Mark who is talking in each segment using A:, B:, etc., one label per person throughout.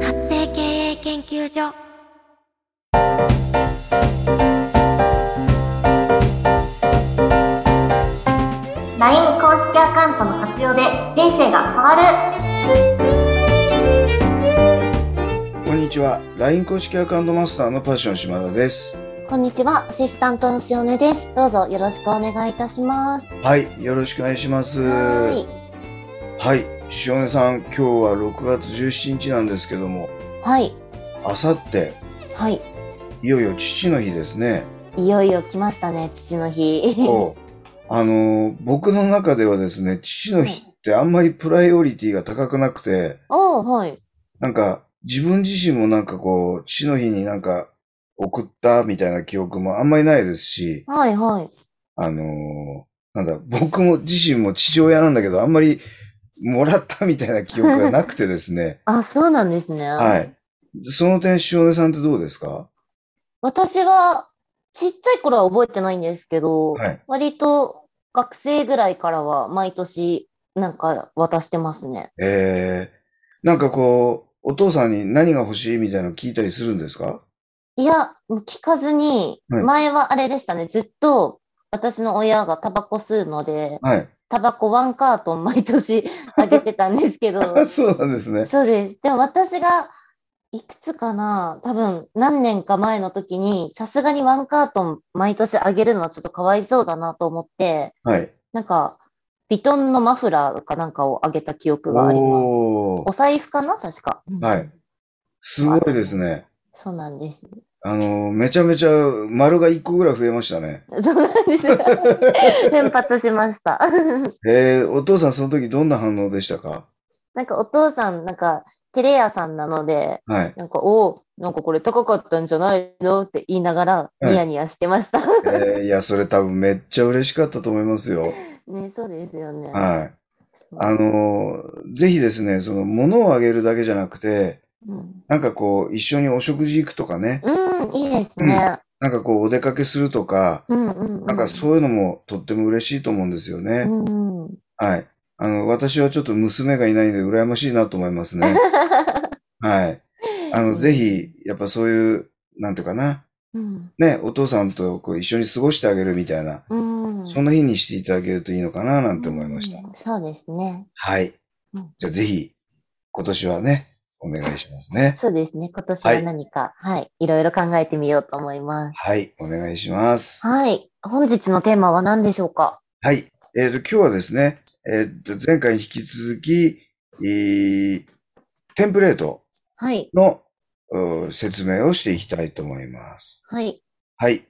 A: 発生経営研究所
B: ライン公式アカウントの活用で人生が変わる
C: こんにちは。LINE 公式アカウントマスターのパッション島田です。
D: こんにちは、アシスタントのしおねです。どうぞよろしくお願いいたします。
C: はい。よろしくお願いします。
D: は
C: はい。塩根さん、今日は6月17日なんですけども、
D: い。はい。
C: あさって、
D: はい。
C: いよいよ父の日ですね。
D: いよいよ来ましたね、父の日。
C: そう。あのー僕の中ではですね、父の日ってあんまりプライオリティが高くなくて、
D: おー、はい。
C: なんか、自分自身もなんかこう、父の日になんか、送ったみたいな記憶もあんまりないですし、
D: はい、はい。。
C: あのーなんだ、僕も自身も父親なんだけど、あんまりもらったみたいな記憶がなくてですね
D: あ、そうなんですね。
C: は。い。その点、塩根さんってどうですか
D: 私は、ちっちゃい頃は覚えてないんですけど、
C: はい。
D: 割と学生ぐらいからは毎年なんか渡してますね。
C: えー、なんかこう、お父さんに何が欲しいみたいなの聞いたりするんですか
D: いや、もう聞かずに、
C: はい
D: 前はあれでしたね、ずっと私の親がタバコ吸うので、
C: はい。
D: タバコワンカートン毎年 あげてたんです け
C: あ
D: ど、
C: そうなんですね。
D: そうです。でも私がいくつかな、多分何年か前の時に、さすがにワンカートン毎年あげるのはちょっとかわいそうだなと思って、
C: はい。
D: なんか、ビトンのマフラーかなんかをあげた記憶があります。
C: お
D: お
C: ー。
D: 財布かな確か。
C: はい。すごいですね。
D: そうなんです。
C: あのーめちゃめちゃ丸が1個ぐらい増えましたね。
D: そうなんです。 奮発しました。
C: えー、お父さんその時どんな反応でしたか
D: なんかお父さん、なんか、テレ屋さんなので、
C: はい。
D: なんか、おお、なんかこれ高かったんじゃないのって言いながら、
C: はい
D: ニヤニヤしてました。
C: えーいや、それ多分めっちゃ嬉しかったと思いますよ。
D: ね、そうですよね。
C: はい。あのーぜひですね、その、物をあげるだけじゃなくて、
D: うん、
C: なんかこう、一緒にお食事行くとかね、
D: うん、いいですね。
C: なんかこう、お出かけするとか、
D: うん、うん、うん。
C: なんかそういうのもとっても嬉しいと思うんですよ
D: う
C: ね。
D: ん、うん。
C: はい。あの、私はちょっと娘がいないので羨ましいなと思います ね。はい。あの、ぜひ、やっぱそういう、なんていうかな、
D: うん、
C: ね、お父さんとこう一緒に過ごしてあげるみたいな、
D: うん。
C: そんな日にしていただけるといいのかな、なんて思いました。
D: うんそうですね。
C: はい
D: うん。
C: じゃあぜひ、今年はね、お願いしますね。
D: そうですね。今年
C: は
D: はい何か、はい、い、ろいろ考えてみようと思います。
C: はい、お願いします。は
D: はい。本日のテーマは何でしょうか
C: い。えっ、と、今日はですね、えっ、と、前回に引き続き、えーテンプレート
D: はい。
C: のうー説明をしていきたいと思います。
D: はい。
C: はい。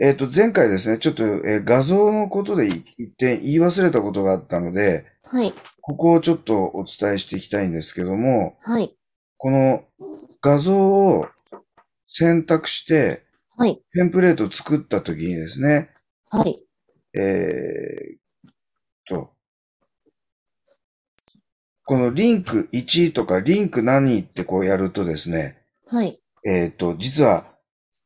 C: えっ、と、前回ですね、ちょっと、えー画像のことでい一点言い忘れたことがあったので、
D: はい。
C: ここをちょっとお伝えしていきたいんですけども、
D: はい。
C: この画像を選択して、
D: はい。
C: テンプレートを作った時にですね、
D: はい。
C: えー、と、このリンク1とかリンク何ってこうやるとですね、
D: はい。
C: えー、と、実は、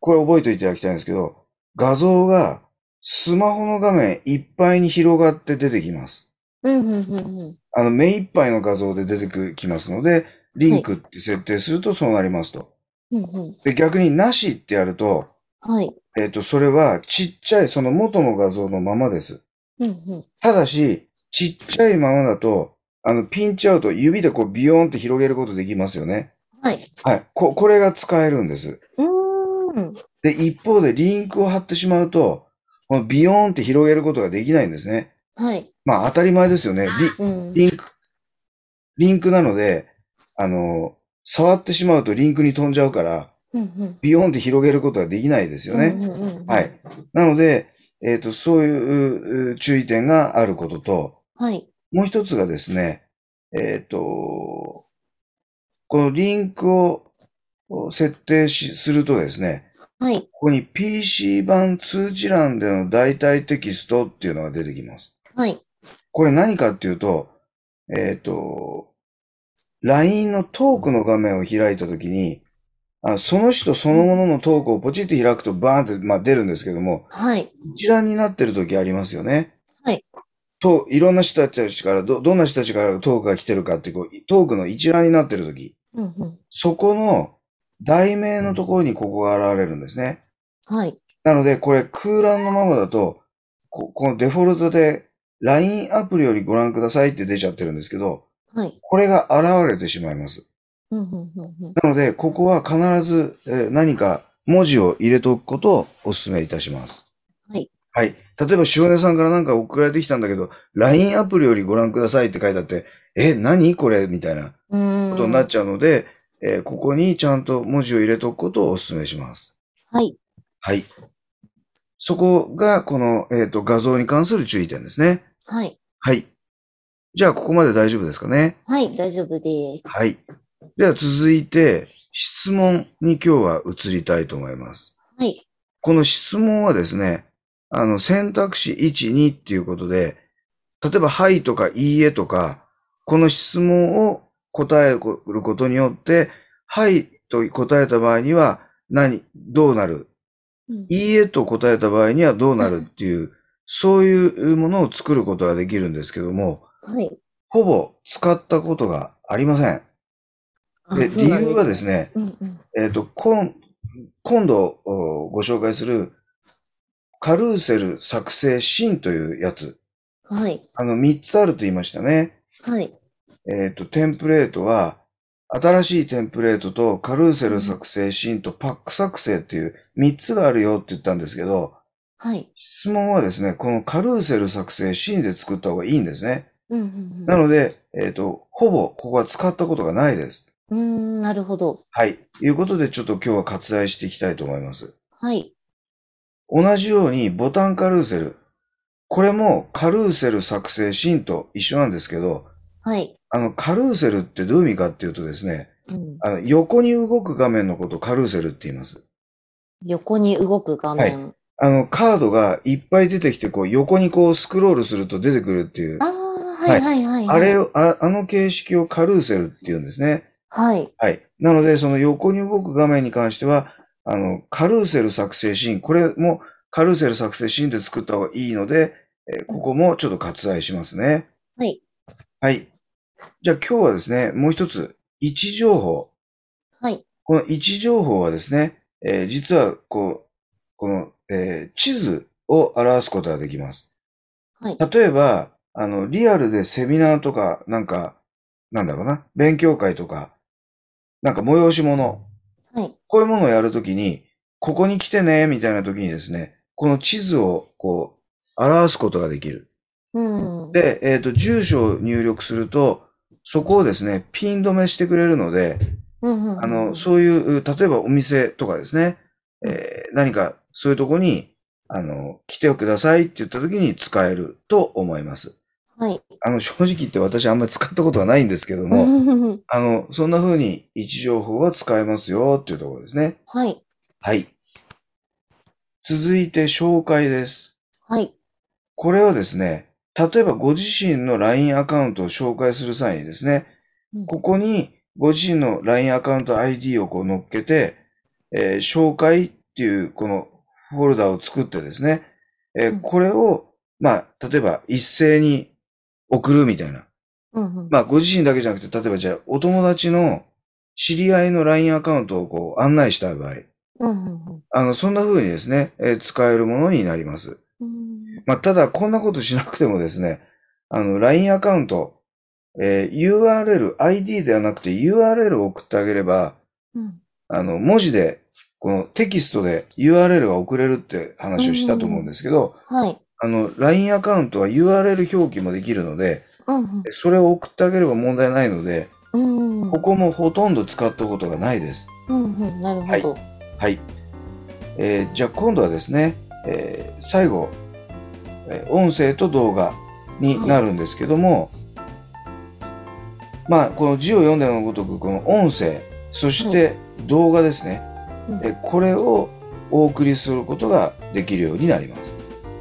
C: これ覚えていただきたいんですけど、画像がスマホの画面いっぱいに広がって出てきます。
D: うん、うん、うん、うん。
C: あの、目いっぱいの画像で出てきますので、リンクって設定するとそうなりますと。
D: うん、うん。
C: で、逆になしってやると、
D: はい。
C: えっ、と、それはちっちゃい、その元の画像のままです。
D: うん、うん。
C: ただし、ちっちゃいままだと、あの、ピンチアウト、指でこうビヨーンって広げることできますよね。
D: はい。
C: はい。こ、これが使えるんです。
D: うーん。
C: で、一方でリンクを貼ってしまうと、このビヨーンって広げることができないんですね。
D: はい。
C: まあ、当たり前ですよね。
D: うん。
C: リ、リンク、リンクなので、あの、触ってしまうとリンクに飛んじゃうから、
D: うん
C: ビヨーンって広げることができないです
D: う
C: よ
D: ん。
C: ね。
D: うんうんうん
C: はい。。なので、えっ、と、そういうう注意点があることと、
D: はい。
C: もう一つがですね、えっ、と、このリンクを設定しするとですね、
D: はい。
C: ここに PC 版通知欄での代替テキストっていうのが出てきます。
D: はい。
C: これ何かっていうと、えっ、と、LINE のトークの画面を開いたときにあ、その人そのもののトークをポチって開くとバーンって、まあ、出るんですけども、
D: はい。
C: 一覧になってる時ありますよね。
D: はい。
C: と、いろんな人たちから、ど、どんな人たちからトークが来てるかって、こう、トークの一覧になってる時、
D: うんうん。
C: そこの題名のところにここが現れるんですね。
D: はい。
C: なので、これ空欄のままだと、こ、このデフォルトで LINE アプリよりご覧くださいって出ちゃってるんですけど、
D: はい。
C: これが現れてしまいます。
D: うんうんうんうん。
C: なので、ここは必ずえー何か文字を入れておくことをお勧めいたします。
D: はい。
C: はい。例えば、塩根さんからなんか送られてきたんだけど、LINE アプリよりご覧くださいって書いてあって、え、何これみたいな
D: うーん。
C: ことになっちゃうので、えーここにちゃんと文字を入れておくことをお勧めします。
D: はい。
C: はい。そこが、この、えっ、と、画像に関する注意点ですね。
D: はい。
C: はい。じゃあ、ここまで大丈夫ですかね。
D: はい。大丈夫です。
C: はい。では続いて、質問に今日は移りたいと思います。
D: はい。
C: この質問はですね、あの、選択肢1、2っていうことで、例えば、はいとか、いいえとか、この質問を答えることによって、はいと答えた場合には、何、どうなる
D: うん
C: いいえと答えた場合にはどうなるっていう、そういうものを作ることができるんですけども、
D: はい。
C: ほぼ使ったことがありません。
D: あ
C: で、
D: そう
C: 理
D: なん
C: 由はですね、
D: うんうん。
C: えっ、と、今、今度おご紹介する、カルーセル作成シーンというやつ。
D: はい。
C: あの、3つあると言いましたね。
D: はい。
C: えっ、と、テンプレートは、新しいテンプレートとカルーセル作成シーンとパック作成っていう3つがあるよって言ったんですけど、
D: はい。
C: 質問はですね、このカルーセル作成シーンで作った方がいいんですね。
D: うんうん
C: なので、えっ、と、ほぼここは使ったことがないです。
D: うん。うーん、なるほど。
C: はい。いうことで、ちょっと今日は割愛していきたいと思います。
D: はい。
C: 同じようにボタンカルーセル。これもカルーセル作成シーンと一緒なんですけど、
D: はい。
C: あの、カルーセルってどういう意味かっていうとですね、
D: うん、
C: あの、横に動く画面のことをカルーセルって言います。
D: 横に動く画面。
C: あの、カードがいっぱい出てきて、こう、横にこうスクロールすると出てくるっていう
D: あ、あ、はいはいはい、はい。
C: あれを、ああの形式をカルーセルって言うんですね。
D: はい。
C: はい。なので、その横に動く画面に関しては、あの、カルーセル作成シーン、これもカルーセル作成シーンで作った方がいいので、えーここもちょっと割愛しますね。
D: はい。
C: はい。じゃあ今日はですね、もう一つ、位置情報。
D: はい。
C: この位置情報はですね、えー実は、こう、この、えー地図を表すことができます。
D: はい。
C: 例えば、あの、リアルでセミナーとか、なんか、なんだろうな、勉強会とか、なんか催し物、
D: はい。
C: こういうものをやるときに、ここに来てね、みたいなときにですね、この地図を、こう、表すことができる。
D: うん。
C: で、えっ、と、住所を入力すると、そこをですね、ピン止めしてくれるので、
D: うんうんうん、
C: あの、そういう、例えばお店とかですね、えー何かそういうとこに、あの、来てくださいって言ったときに使えると思います。
D: はい。
C: あの、正直言って私あんまり使ったことはないんですけども、あの、そんな風に位置情報は使えますよっていうところですね。
D: はい。
C: はい。続いて紹介です。
D: はい。
C: これはですね、例えばご自身の LINE アカウントを紹介する際にですね
D: うん、
C: ここにご自身の LINE アカウント ID をこう乗っけて、えー紹介っていうこのフォルダを作ってですね、えー
D: うん
C: これを、まあ、例えば一斉に送るみたいな。
D: うんうん。
C: まあ、ご自身だけじゃなくて、例えばじゃあ、お友達の知り合いの LINE アカウントをこう案内したい場合、
D: うんうん
C: あの、そんな風にですね、えー使えるものになります。
D: うん。
C: まあ、ただ、こんなことしなくてもですね、あの、LINE アカウント、えー URL、ID ではなくて URL を送ってあげれば、
D: うん。
C: あの、文字で、このテキストで URL が送れるって話をしたと思うんですけど、
D: はい。
C: あの、LINE アカウントは URL 表記もできるので、
D: うん
C: それを送ってあげれば問題ないので、
D: うん。うん
C: ここもほとんど使ったことがないです。
D: うんうん。なるほど。
C: はい。えーじゃあ今度はですね、えー最後、えー音声と動画になるんですけども、まあ、この字を読んでのごとく、この音声、そして動画ですね、
D: うん
C: えーこれをお送りすることができるようになります。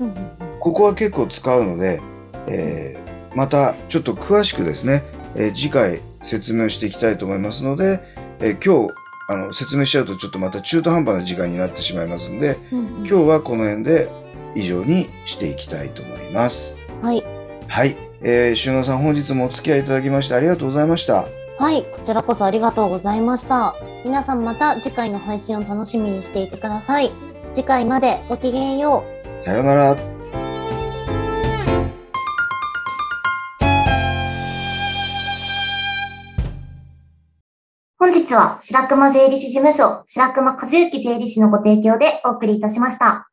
D: うんうんうん
C: ここは結構使うので、えーまたちょっと詳しくですね、えー次回説明をしていきたいと思いますので、えー今日あの説明しちゃうとちょっとまた中途半端な時間になってしまいますので
D: うんうん
C: 今日はこの辺で以上にしていきたいと思います。
D: はい。
C: はい。えー、俊野さん、本日もお付き合いいただきましてありがとうございました。
D: はい、こちらこそありがとうございました。皆さんまた次回の配信を楽しみにしていてください。次回までごきげんよう。
C: さようなら。
B: 本日は白熊税理士事務所、白熊和幸税理士のご提供でお送りいたしました。